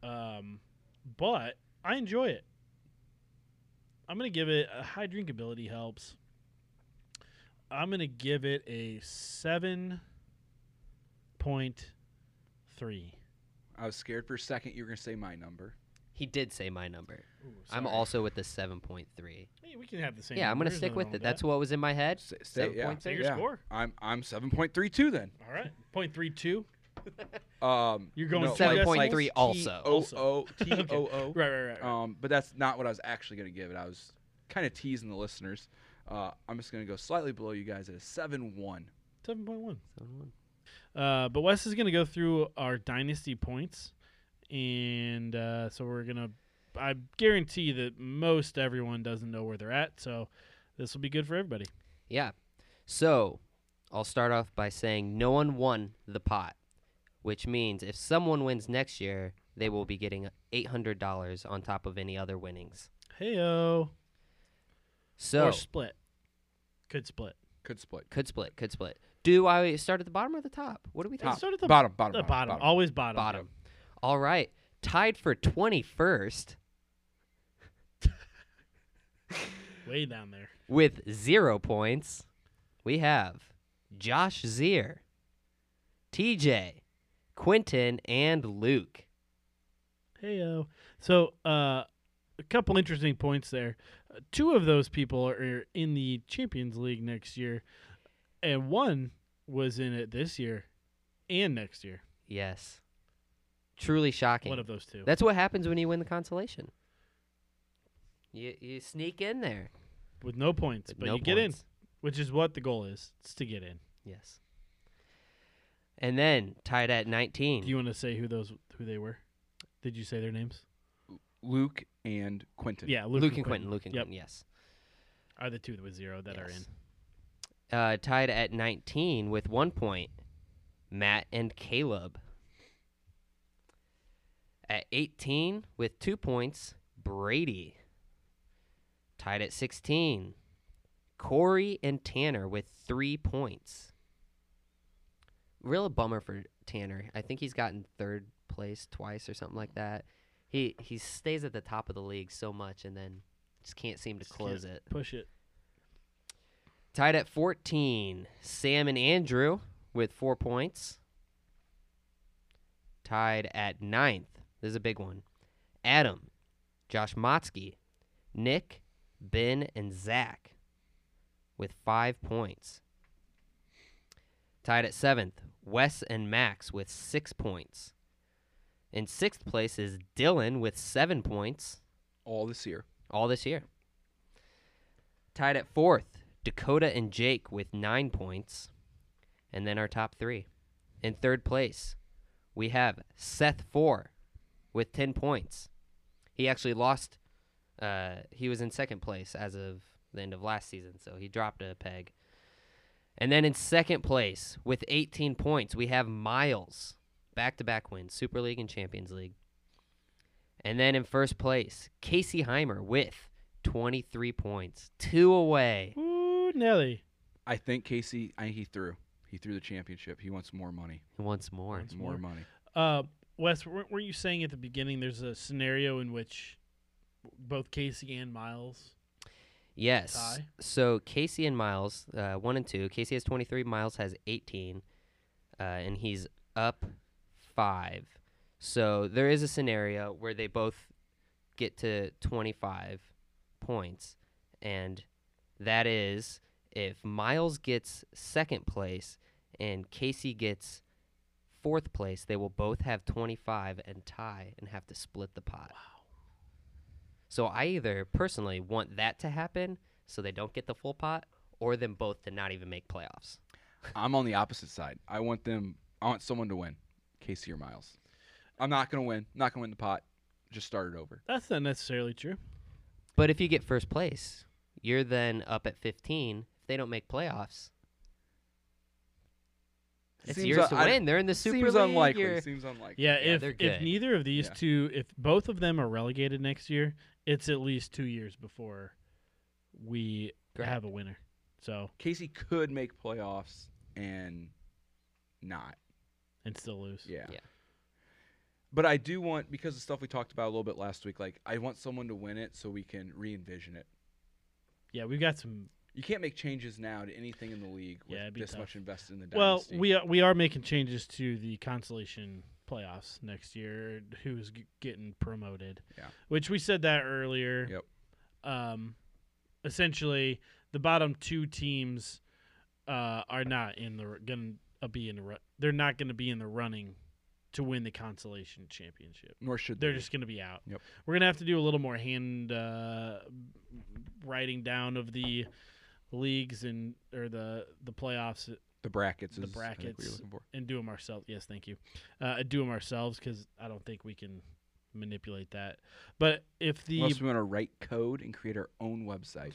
[SPEAKER 1] Um, but I enjoy it. I'm gonna give it a high drinkability helps. I'm gonna give it a seven point three.
[SPEAKER 2] I was scared for a second you were gonna say my number.
[SPEAKER 3] He did say my number. I'm also with the 7.3.
[SPEAKER 1] Hey, we can have the same.
[SPEAKER 3] Yeah, I'm going
[SPEAKER 1] number.
[SPEAKER 3] to
[SPEAKER 1] There's
[SPEAKER 3] stick
[SPEAKER 1] nothing
[SPEAKER 3] with
[SPEAKER 1] wrong
[SPEAKER 3] it. That's what was in my head.
[SPEAKER 2] Say, say, yeah.
[SPEAKER 3] 7.3?
[SPEAKER 1] Say your
[SPEAKER 2] yeah.
[SPEAKER 1] score.
[SPEAKER 2] I'm I'm seven point three two then.
[SPEAKER 1] All right, point three two.
[SPEAKER 2] Um,
[SPEAKER 1] You're going
[SPEAKER 2] no,
[SPEAKER 1] seven
[SPEAKER 2] like-
[SPEAKER 1] point
[SPEAKER 2] like
[SPEAKER 3] three also.
[SPEAKER 2] T-O-O,
[SPEAKER 1] Okay.
[SPEAKER 2] T-O-O.
[SPEAKER 1] Right, right, right. right.
[SPEAKER 2] Um, but that's not what I was actually going to give it. I was kind of teasing the listeners. Uh, I'm just going to go slightly below you guys at a seven one.
[SPEAKER 1] Seven point one. Uh, but Wes is gonna go through our dynasty points, and uh, so we're gonna. I guarantee that most everyone doesn't know where they're at, so this will be good for everybody.
[SPEAKER 3] Yeah. So I'll start off by saying no one won the pot, which means if someone wins next year, they will be getting $800 on top of any other winnings.
[SPEAKER 1] Heyo.
[SPEAKER 3] So
[SPEAKER 1] Or split. Could split.
[SPEAKER 2] Could split.
[SPEAKER 3] could split, could split. Do I start at the bottom or the top? What do we think?
[SPEAKER 2] Top.
[SPEAKER 1] Let's start at the
[SPEAKER 2] bottom, bottom,
[SPEAKER 1] The
[SPEAKER 2] bottom,
[SPEAKER 1] bottom. Always bottom.
[SPEAKER 3] Bottom. All right. Tied for 21st
[SPEAKER 1] Way down there.
[SPEAKER 3] with zero points, we have Josh Zier, TJ, Quinton, and Luke.
[SPEAKER 1] Heyo. So uh, a couple interesting points there. Uh, two of those people are in the Champions League next year, and one was in it this year and next year.
[SPEAKER 3] Yes. Truly shocking.
[SPEAKER 1] One of those two.
[SPEAKER 3] That's what happens when you win the consolation. You you sneak in there.
[SPEAKER 1] with no points,
[SPEAKER 3] with
[SPEAKER 1] but
[SPEAKER 3] no
[SPEAKER 1] you get in,
[SPEAKER 3] points.
[SPEAKER 1] which is what the goal is. It's to get in.
[SPEAKER 3] Yes. and then tied at 19.
[SPEAKER 1] Do you want to say who those who they were? Did you say their names?
[SPEAKER 2] Luke and Quentin.
[SPEAKER 1] Yeah,
[SPEAKER 3] Luke, and Quentin. Luke and
[SPEAKER 1] Yep.
[SPEAKER 3] Quentin. Yes.
[SPEAKER 1] Are the two with zero that are in?
[SPEAKER 3] Yes. Uh, tied at 19 with one point, Matt and Caleb. At 18 with two points, Brady. Tied at 16, Corey and Tanner with three points. Real bummer for Tanner. I think he's gotten third place twice or something like that. He he stays at the top of the league so much and then just can't seem to
[SPEAKER 1] Just can't
[SPEAKER 3] close it.
[SPEAKER 1] Push it.
[SPEAKER 3] Tied at 14, Sam and Andrew with four points. Tied at ninth. This is a big one. Adam, Josh Motsky, Nick, Ben, and Zach with five points. Tied at seventh, Wes and Max with six points. In sixth place is Dylan with seven points
[SPEAKER 2] All this year.
[SPEAKER 3] all this year. Tied at fourth, Dakota and Jake with nine points, and then our top three. In third place, we have Seth Four with ten points. He actually lost. Uh, he was in second place as of the end of last season, so he dropped a peg. And then in second place with 18 points, we have Miles, back-to-back wins, Super League and Champions League. And then in first place, Casey Heimer with 23 points, two away.
[SPEAKER 1] Ooh, Nelly.
[SPEAKER 2] I think Casey, I, he threw. He threw the championship. He wants more money.
[SPEAKER 3] Once more.
[SPEAKER 1] Wants
[SPEAKER 2] More
[SPEAKER 1] more.
[SPEAKER 2] money.
[SPEAKER 1] Uh, Wes, were were you saying at the beginning there's a scenario in which both Casey and Miles?
[SPEAKER 3] Yes.
[SPEAKER 1] Tie.
[SPEAKER 3] So Casey and Miles, uh, one and two. Casey has 23, Miles has 18, uh, and he's up five. So there is a scenario where they both get to 25 points, and that is if Miles gets second place and Casey gets fourth place, they will both have 25 and tie and have to split the pot. So I either personally want that to happen so they don't get the full pot, or them both to not even make playoffs.
[SPEAKER 2] I'm on the opposite side. I want them. I want someone to win, Casey or Miles. I'm not gonna win. Not gonna win the pot. Just start it over.
[SPEAKER 1] That's not necessarily true.
[SPEAKER 3] But if you get first place, you're then up at 15. If they don't make playoffs, it's
[SPEAKER 2] Seems
[SPEAKER 3] yours to
[SPEAKER 2] un- I-
[SPEAKER 3] win. They're in the Super
[SPEAKER 2] seems
[SPEAKER 3] League.
[SPEAKER 2] unlikely.
[SPEAKER 3] you're-
[SPEAKER 2] Seems unlikely.
[SPEAKER 1] Yeah,
[SPEAKER 3] Yeah,
[SPEAKER 1] if
[SPEAKER 3] they're
[SPEAKER 1] if
[SPEAKER 3] good.
[SPEAKER 1] neither of these
[SPEAKER 2] Yeah.
[SPEAKER 1] two, if both of them are relegated next year, it's at least two years before we
[SPEAKER 3] Correct.
[SPEAKER 1] have a winner. So
[SPEAKER 2] Casey could make playoffs and not.
[SPEAKER 1] and still lose.
[SPEAKER 2] Yeah.
[SPEAKER 3] Yeah.
[SPEAKER 2] But I do want because of stuff we talked about a little bit last week. Like I want someone to win it so we can re-envision it.
[SPEAKER 1] Yeah, we've got some.
[SPEAKER 2] You can't make changes now to anything in the league with
[SPEAKER 1] Yeah, it'd be
[SPEAKER 2] this
[SPEAKER 1] tough.
[SPEAKER 2] much invested in the
[SPEAKER 1] Well,
[SPEAKER 2] dynasty.
[SPEAKER 1] we are, we are making changes to the consolation playoffs next year. Who's g- getting promoted?
[SPEAKER 2] Yeah.
[SPEAKER 1] Which we said that earlier.
[SPEAKER 2] Yep.
[SPEAKER 1] Um, essentially, the bottom two teams uh, are not in the going to be in the ru- they're not going to be in the running to win the consolation championship.
[SPEAKER 2] nor should
[SPEAKER 1] They're
[SPEAKER 2] they be.
[SPEAKER 1] just going to be out.
[SPEAKER 2] Yep.
[SPEAKER 1] We're going to have to do a little more hand uh, writing down of the leagues and or the the playoffs
[SPEAKER 2] the brackets.
[SPEAKER 1] the
[SPEAKER 2] is, I think, what you're
[SPEAKER 1] brackets.
[SPEAKER 2] looking for.
[SPEAKER 1] and do them ourselves. Yes, thank you. Uh, and do them ourselves because I don't think we can manipulate that. But if the
[SPEAKER 2] Unless we want to write code and create our own website,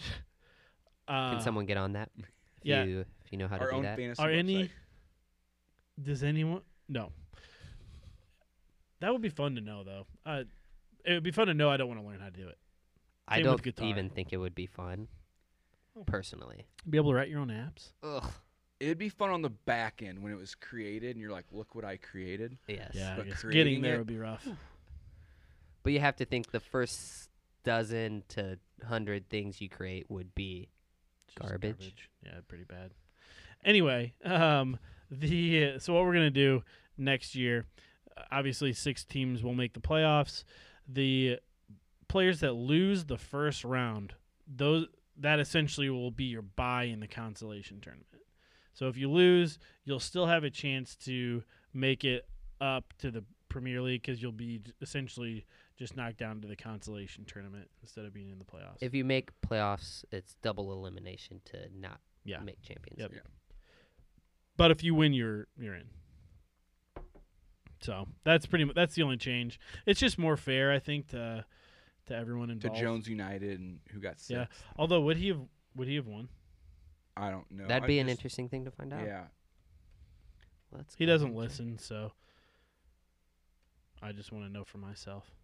[SPEAKER 1] uh,
[SPEAKER 3] Can someone get on that? If
[SPEAKER 1] yeah.
[SPEAKER 3] You, if you know how to
[SPEAKER 2] our
[SPEAKER 3] do
[SPEAKER 2] own
[SPEAKER 3] that.
[SPEAKER 2] fantasy
[SPEAKER 1] are
[SPEAKER 2] website.
[SPEAKER 1] any does anyone no that would be fun to know though uh, it would be fun to know i don't want to learn how to do it
[SPEAKER 3] I
[SPEAKER 1] Same
[SPEAKER 3] don't
[SPEAKER 1] with guitar.
[SPEAKER 3] even think it would be fun,
[SPEAKER 1] Oh.
[SPEAKER 3] personally.
[SPEAKER 1] be able to write your own apps
[SPEAKER 3] Ugh.
[SPEAKER 2] It'd be fun on the back end when it was created, and you're like, "Look what I created."
[SPEAKER 3] Yes.
[SPEAKER 1] yeah I
[SPEAKER 2] But
[SPEAKER 1] guess
[SPEAKER 2] creating
[SPEAKER 1] getting there
[SPEAKER 2] it-
[SPEAKER 1] would be rough
[SPEAKER 3] But you have to think the first dozen to hundred things you create would be
[SPEAKER 1] It's just
[SPEAKER 3] Garbage.
[SPEAKER 1] yeah pretty bad anyway um the so what we're gonna do next year uh, obviously six teams will make the playoffs the players that lose the first round those that essentially will be your bye in the consolation tournament so if you lose you'll still have a chance to make it up to the premier league because you'll be j- essentially just knocked down to the consolation tournament instead of being in the playoffs
[SPEAKER 3] If you make playoffs, it's double elimination to not
[SPEAKER 1] Yeah.
[SPEAKER 3] make champions.
[SPEAKER 1] Yep.
[SPEAKER 2] Yeah.
[SPEAKER 1] but if you win you're you're in So that's pretty. mu- That's the only change. It's just more fair, I think, to to everyone
[SPEAKER 2] to
[SPEAKER 1] involved.
[SPEAKER 2] Jones United and who got sixth.
[SPEAKER 1] Yeah. Although, would he have would he have won?
[SPEAKER 2] I don't know.
[SPEAKER 3] That'd
[SPEAKER 2] I
[SPEAKER 3] be an
[SPEAKER 2] just-
[SPEAKER 3] interesting thing to find out.
[SPEAKER 2] Yeah,
[SPEAKER 3] Let's
[SPEAKER 1] He
[SPEAKER 3] go
[SPEAKER 1] doesn't
[SPEAKER 3] and check.
[SPEAKER 1] listen, so I just want to know for myself.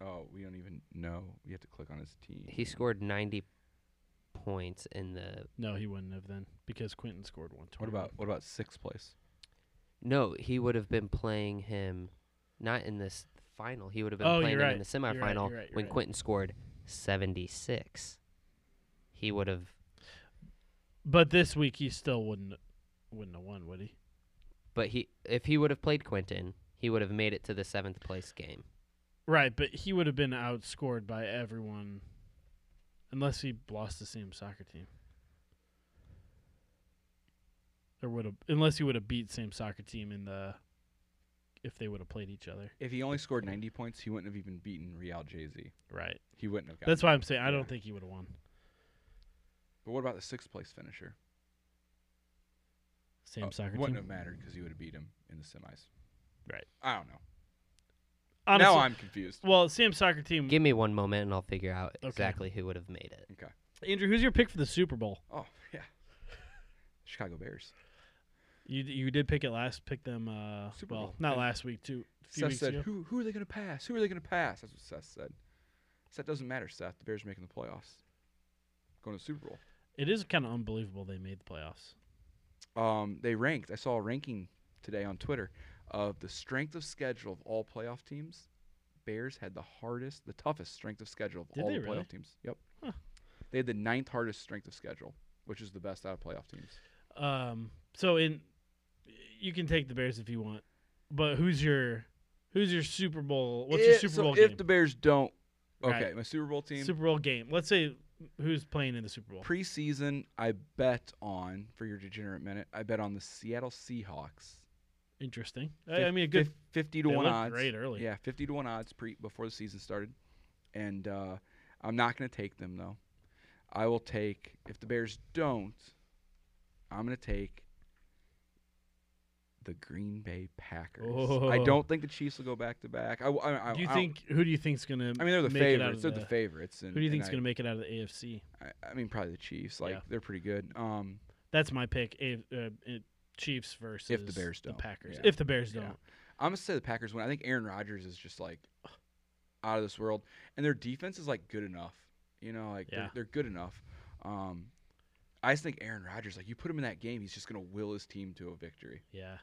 [SPEAKER 2] Oh, we don't even know. You have to click on his team.
[SPEAKER 3] He scored 90 points in the
[SPEAKER 1] No, he wouldn't have then because Quinton scored one.
[SPEAKER 2] what about what about sixth place?
[SPEAKER 3] No, he would have been playing him not in this final. He would have been
[SPEAKER 1] Oh,
[SPEAKER 3] playing
[SPEAKER 1] you're
[SPEAKER 3] him
[SPEAKER 1] right.
[SPEAKER 3] in the
[SPEAKER 1] You're right,
[SPEAKER 3] semifinal
[SPEAKER 1] you're right, you're
[SPEAKER 3] when
[SPEAKER 1] right.
[SPEAKER 3] Quinton scored 76. He would have
[SPEAKER 1] But this week he still wouldn't wouldn't have won, would he?
[SPEAKER 3] but he if he would have played Quinton, he would have made it to the 7th place game.
[SPEAKER 1] Right, but he would have been outscored by everyone, unless he lost the same soccer team. Or would have unless he would have beat same soccer team in the if they would have played each other.
[SPEAKER 2] If he only scored 90 points, he wouldn't have even beaten Real Jay Z.
[SPEAKER 1] Right.
[SPEAKER 2] He wouldn't have gotten.
[SPEAKER 1] That's why I'm saying I
[SPEAKER 2] Yeah.
[SPEAKER 1] don't think he would have won.
[SPEAKER 2] But what about the sixth place finisher?
[SPEAKER 1] Same
[SPEAKER 2] Oh,
[SPEAKER 1] soccer
[SPEAKER 2] wouldn't
[SPEAKER 1] team.
[SPEAKER 2] have mattered because he would have beat him in the semis.
[SPEAKER 1] Right.
[SPEAKER 2] I don't know.
[SPEAKER 1] Honestly,
[SPEAKER 2] now I'm confused.
[SPEAKER 1] well, same soccer team.
[SPEAKER 3] Give me one moment and I'll figure out
[SPEAKER 1] Mm. Okay.
[SPEAKER 3] exactly who would have made
[SPEAKER 1] Mm.
[SPEAKER 3] it.
[SPEAKER 2] Okay.
[SPEAKER 1] Andrew, who's your pick for the Super Bowl?
[SPEAKER 2] Oh yeah. Chicago Bears.
[SPEAKER 1] You d- you did pick it last. Pick them. Uh,
[SPEAKER 2] Super
[SPEAKER 1] well,
[SPEAKER 2] Bowl.
[SPEAKER 1] not
[SPEAKER 2] Yeah.
[SPEAKER 1] last week too. a Few
[SPEAKER 2] Seth
[SPEAKER 1] weeks
[SPEAKER 2] said,
[SPEAKER 1] ago.
[SPEAKER 2] "Who who are they going to pass? Who are they going to pass?" That's what Seth said. Seth doesn't matter. Seth, the Bears are making the playoffs, going to the Super Bowl.
[SPEAKER 1] It is kind of unbelievable they made the playoffs.
[SPEAKER 2] um, they ranked. I saw a ranking today on Twitter of the strength of schedule of all playoff teams. Bears had the hardest, the toughest strength of schedule of
[SPEAKER 1] Did
[SPEAKER 2] all
[SPEAKER 1] they
[SPEAKER 2] the
[SPEAKER 1] really?
[SPEAKER 2] playoff teams. Yep.
[SPEAKER 1] Huh.
[SPEAKER 2] They had the ninth hardest strength of schedule, which is the best out of playoff teams.
[SPEAKER 1] Um, so in you can take the Bears if you want, but who's your who's your Super Bowl? What's your
[SPEAKER 2] If-
[SPEAKER 1] Super
[SPEAKER 2] so
[SPEAKER 1] Bowl
[SPEAKER 2] If
[SPEAKER 1] game?
[SPEAKER 2] the Bears don't, okay,
[SPEAKER 1] Right.
[SPEAKER 2] my Super Bowl team
[SPEAKER 1] Super Bowl game. Let's say who's playing in the Super Bowl.
[SPEAKER 2] preseason, I bet on for your degenerate minute. I bet on the Seattle Seahawks.
[SPEAKER 1] Interesting. I, I mean, a good.
[SPEAKER 2] Fif- fifty to
[SPEAKER 1] they
[SPEAKER 2] one
[SPEAKER 1] looked
[SPEAKER 2] odds.
[SPEAKER 1] great early.
[SPEAKER 2] Yeah, fifty to one odds pre before the season started, and uh, I'm not going to take them though. I will take if the Bears don't. I'm going to take the Green Bay Packers. I
[SPEAKER 1] Oh.
[SPEAKER 2] don't think the Chiefs will go back to back. I, I, I-
[SPEAKER 1] do you
[SPEAKER 2] I don't-
[SPEAKER 1] think who do you think's gonna?
[SPEAKER 2] I mean, they're the
[SPEAKER 1] make it out
[SPEAKER 2] favorites.
[SPEAKER 1] of
[SPEAKER 2] They're the, favorites. And,
[SPEAKER 1] Who do you
[SPEAKER 2] and
[SPEAKER 1] think's
[SPEAKER 2] I-
[SPEAKER 1] gonna make it out of the AFC?
[SPEAKER 2] I, I mean, probably the Chiefs. Like
[SPEAKER 1] Yeah.
[SPEAKER 2] they're pretty good. Um,
[SPEAKER 1] That's my pick. A, uh, uh, Chiefs versus
[SPEAKER 2] Bears don't.
[SPEAKER 1] the Packers.
[SPEAKER 2] Yeah.
[SPEAKER 1] If the Bears
[SPEAKER 2] Yeah.
[SPEAKER 1] don't,
[SPEAKER 2] I'm gonna say the Packers win. I think Aaron Rodgers is just like out of this world, and their defense is like good enough. You know, like
[SPEAKER 1] Yeah.
[SPEAKER 2] they're, they're good enough. Um, I just think Aaron Rodgers, like you put him in that game, he's just gonna will his team to a victory.
[SPEAKER 1] yeah.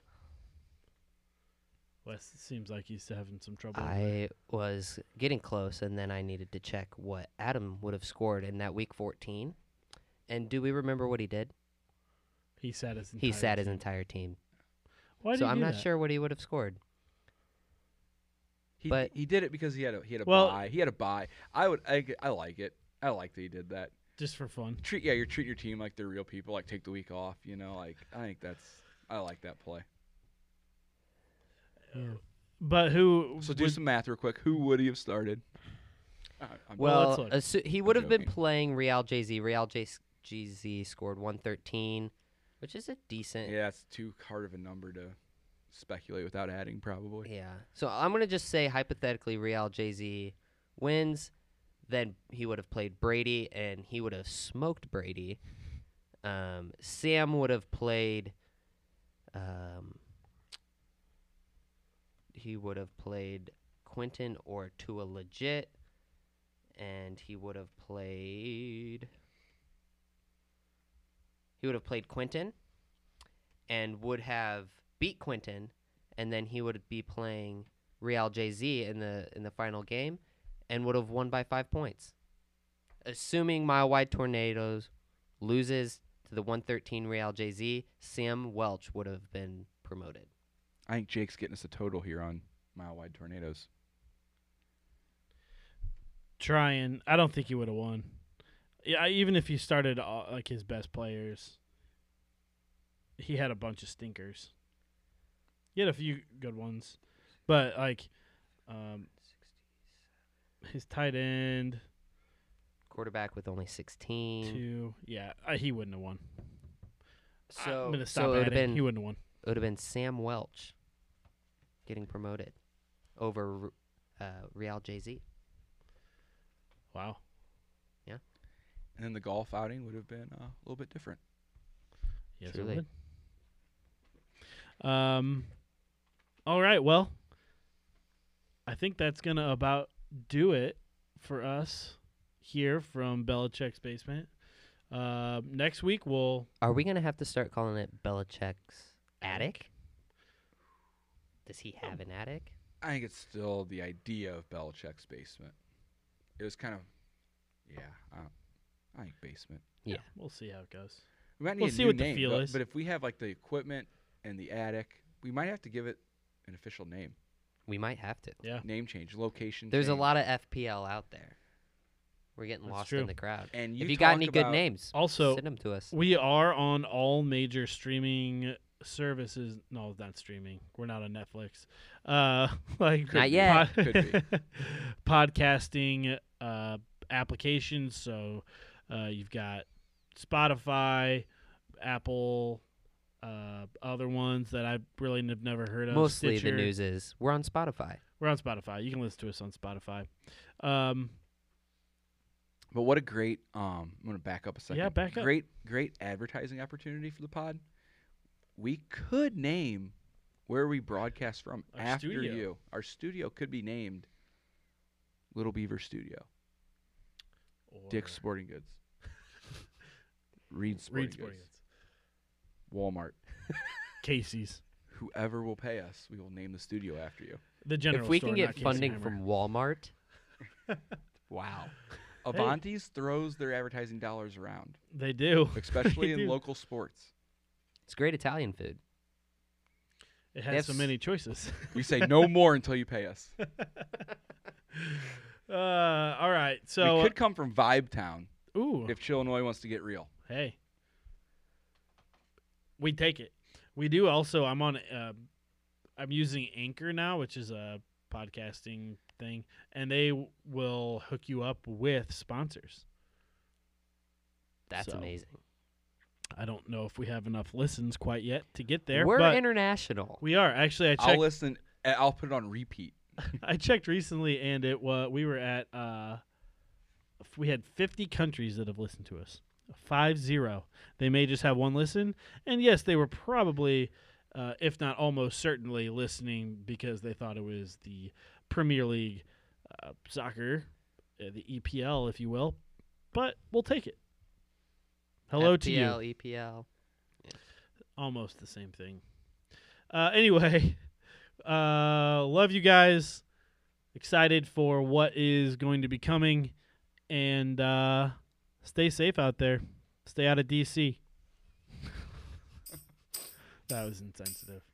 [SPEAKER 1] Wes seems like he's having some trouble. over there.
[SPEAKER 3] I was getting close, and then I needed to check what Adam would have scored in that week 14. And do we remember what he did?
[SPEAKER 1] He sat his.
[SPEAKER 3] He
[SPEAKER 1] entire
[SPEAKER 3] sat his
[SPEAKER 1] team.
[SPEAKER 3] entire team.
[SPEAKER 1] Why did
[SPEAKER 3] so
[SPEAKER 1] he
[SPEAKER 3] I'm
[SPEAKER 1] do
[SPEAKER 3] not
[SPEAKER 1] that?
[SPEAKER 3] sure what he would have scored.
[SPEAKER 2] He
[SPEAKER 3] But-
[SPEAKER 2] he did it because he had a he had a
[SPEAKER 1] Well-
[SPEAKER 2] buy. He had a buy. I would I, g- I like it. I like that he did that.
[SPEAKER 1] Just for fun.
[SPEAKER 2] Treat yeah, you're treating your team like they're real people. Like take the week off. You know, like I think that's I like that play.
[SPEAKER 1] But who?
[SPEAKER 2] So do
[SPEAKER 1] would-
[SPEAKER 2] some math real quick. Who would he have started? I,
[SPEAKER 1] Well,
[SPEAKER 2] I'm-
[SPEAKER 3] Well,
[SPEAKER 1] let's look.
[SPEAKER 3] assu- he would have been
[SPEAKER 2] joking.
[SPEAKER 3] playing Real Jay Z. Real Jay Z scored 113, which is a decent.
[SPEAKER 2] Yeah, it's too hard of a number to speculate without adding, probably.
[SPEAKER 3] yeah. So I'm going to just say hypothetically, Real Jay Z wins. Then he would have played Brady and he would have smoked Brady. Um, Sam would have played. Um, he would have played Quentin or Tua Legit. And he would have played. He would have played Quentin and would have beat Quentin. And then he would be playing Real Jay Z in the, in the final game and would have won by five points. Assuming Mile Wide Tornadoes loses to the 113 Real Jay Z, Sam Welch would have been promoted.
[SPEAKER 2] I think Jake's getting us a total here on mile wide tornadoes.
[SPEAKER 1] trying. I don't think he would have won. Yeah, I- even if he started all, like his best players, he had a bunch of stinkers. He had a few good ones, but like, um, his tight end
[SPEAKER 3] Quarterback with only 16.
[SPEAKER 1] two. Yeah, uh, he wouldn't have won. I-
[SPEAKER 3] So,
[SPEAKER 1] I'm gonna
[SPEAKER 3] so
[SPEAKER 1] stop
[SPEAKER 3] it would have
[SPEAKER 1] adding.
[SPEAKER 3] been
[SPEAKER 1] He
[SPEAKER 3] it
[SPEAKER 1] wouldn't have won.
[SPEAKER 3] would have been Sam Welch. getting promoted over uh, Real Jay Z.
[SPEAKER 1] Wow.
[SPEAKER 2] And then the golf outing would have been uh, a little bit different.
[SPEAKER 1] Yes,
[SPEAKER 3] Truly.
[SPEAKER 1] it would. Um, all right. Well, I think that's gonna about do it for us here from Belichick's basement. Uh, next week we'll
[SPEAKER 3] Are we gonna have to start calling it Belichick's attic? Does he
[SPEAKER 1] Oh.
[SPEAKER 3] have an attic?
[SPEAKER 2] I think it's still the idea of Belichick's basement. It was kind of, yeah, I, don't- I think basement.
[SPEAKER 1] we'll see how it goes.
[SPEAKER 2] We might need
[SPEAKER 1] We'll
[SPEAKER 2] a
[SPEAKER 1] see
[SPEAKER 2] new
[SPEAKER 1] what the
[SPEAKER 2] name,
[SPEAKER 1] feel
[SPEAKER 2] but,
[SPEAKER 1] is.
[SPEAKER 2] but if we have like the equipment and the attic, we might have to give it an official name,
[SPEAKER 3] We might have to.
[SPEAKER 2] name change, location.
[SPEAKER 3] There's a
[SPEAKER 2] change.
[SPEAKER 3] lot of FPL out there. We're getting
[SPEAKER 1] That's
[SPEAKER 3] lost
[SPEAKER 1] true.
[SPEAKER 3] in the crowd.
[SPEAKER 2] And
[SPEAKER 3] if you got
[SPEAKER 2] talk
[SPEAKER 3] any good
[SPEAKER 2] about-
[SPEAKER 3] names,
[SPEAKER 1] Also,
[SPEAKER 3] send them to us.
[SPEAKER 1] we are on all major streaming services. No, not streaming. We're not on Netflix. Uh, like
[SPEAKER 3] Not be. yet.
[SPEAKER 2] Could
[SPEAKER 1] podcasting uh, applications. So uh, you've got Spotify, Apple, uh, other ones that I really have never heard of.
[SPEAKER 3] Mostly
[SPEAKER 1] Stitcher.
[SPEAKER 3] the news is we're on Spotify.
[SPEAKER 1] We're on Spotify. You can listen to us on Spotify. Um,
[SPEAKER 2] But what a great um I'm gonna back up a second.
[SPEAKER 1] Yeah, back up.
[SPEAKER 2] Great great advertising opportunity for the pod. We could name where we broadcast from
[SPEAKER 1] Our
[SPEAKER 2] after
[SPEAKER 1] studio.
[SPEAKER 2] you. Our studio could be named Little Beaver Studio.
[SPEAKER 1] or
[SPEAKER 2] Dick's Sporting Goods. Reed Sporting,
[SPEAKER 1] Reed Sporting Goods.
[SPEAKER 2] Goods. Walmart.
[SPEAKER 1] Casey's.
[SPEAKER 2] Whoever will pay us, we will name the studio after you.
[SPEAKER 1] The general.
[SPEAKER 3] if we
[SPEAKER 1] store,
[SPEAKER 3] can
[SPEAKER 1] not
[SPEAKER 3] get
[SPEAKER 1] Casey
[SPEAKER 3] funding
[SPEAKER 1] Hammer.
[SPEAKER 3] from Walmart, wow.
[SPEAKER 2] Avanti's throws their advertising dollars around,
[SPEAKER 1] They do.
[SPEAKER 2] especially
[SPEAKER 1] They
[SPEAKER 2] in
[SPEAKER 1] do.
[SPEAKER 2] local sports.
[SPEAKER 3] It's great Italian food.
[SPEAKER 1] It
[SPEAKER 3] they
[SPEAKER 1] has
[SPEAKER 3] have
[SPEAKER 1] so
[SPEAKER 3] s-
[SPEAKER 1] many choices.
[SPEAKER 2] We say no more until you pay us.
[SPEAKER 1] Uh, all right. So, uh,
[SPEAKER 2] we could come from Vibe Town
[SPEAKER 1] ooh,
[SPEAKER 2] if Illinois wants to get real.
[SPEAKER 1] hey, we take it. We do also. I'm on. Uh, I'm using Anchor now, which is a podcasting thing, and they w- will hook you up with sponsors.
[SPEAKER 3] That's
[SPEAKER 1] So,
[SPEAKER 3] amazing.
[SPEAKER 1] I don't know if we have enough listens quite yet to get there.
[SPEAKER 3] we're
[SPEAKER 1] but
[SPEAKER 3] international.
[SPEAKER 1] we are actually. I
[SPEAKER 2] I'll
[SPEAKER 1] checked.
[SPEAKER 2] listen. and I'll put it on repeat.
[SPEAKER 1] I checked recently, and it was we were at. Uh, f- we had 50 countries that have listened to us. Five zero. They may just have one listen, and yes, they were probably, uh, if not almost certainly, listening because they thought it was the Premier League uh, soccer, uh, the EPL, if you will. But we'll take it. Hello to you
[SPEAKER 3] FPL, EPL.
[SPEAKER 1] almost the same thing. Uh, anyway, uh, love you guys. Excited for what is going to be coming, and uh, stay safe out there. Stay out of DC. that was insensitive.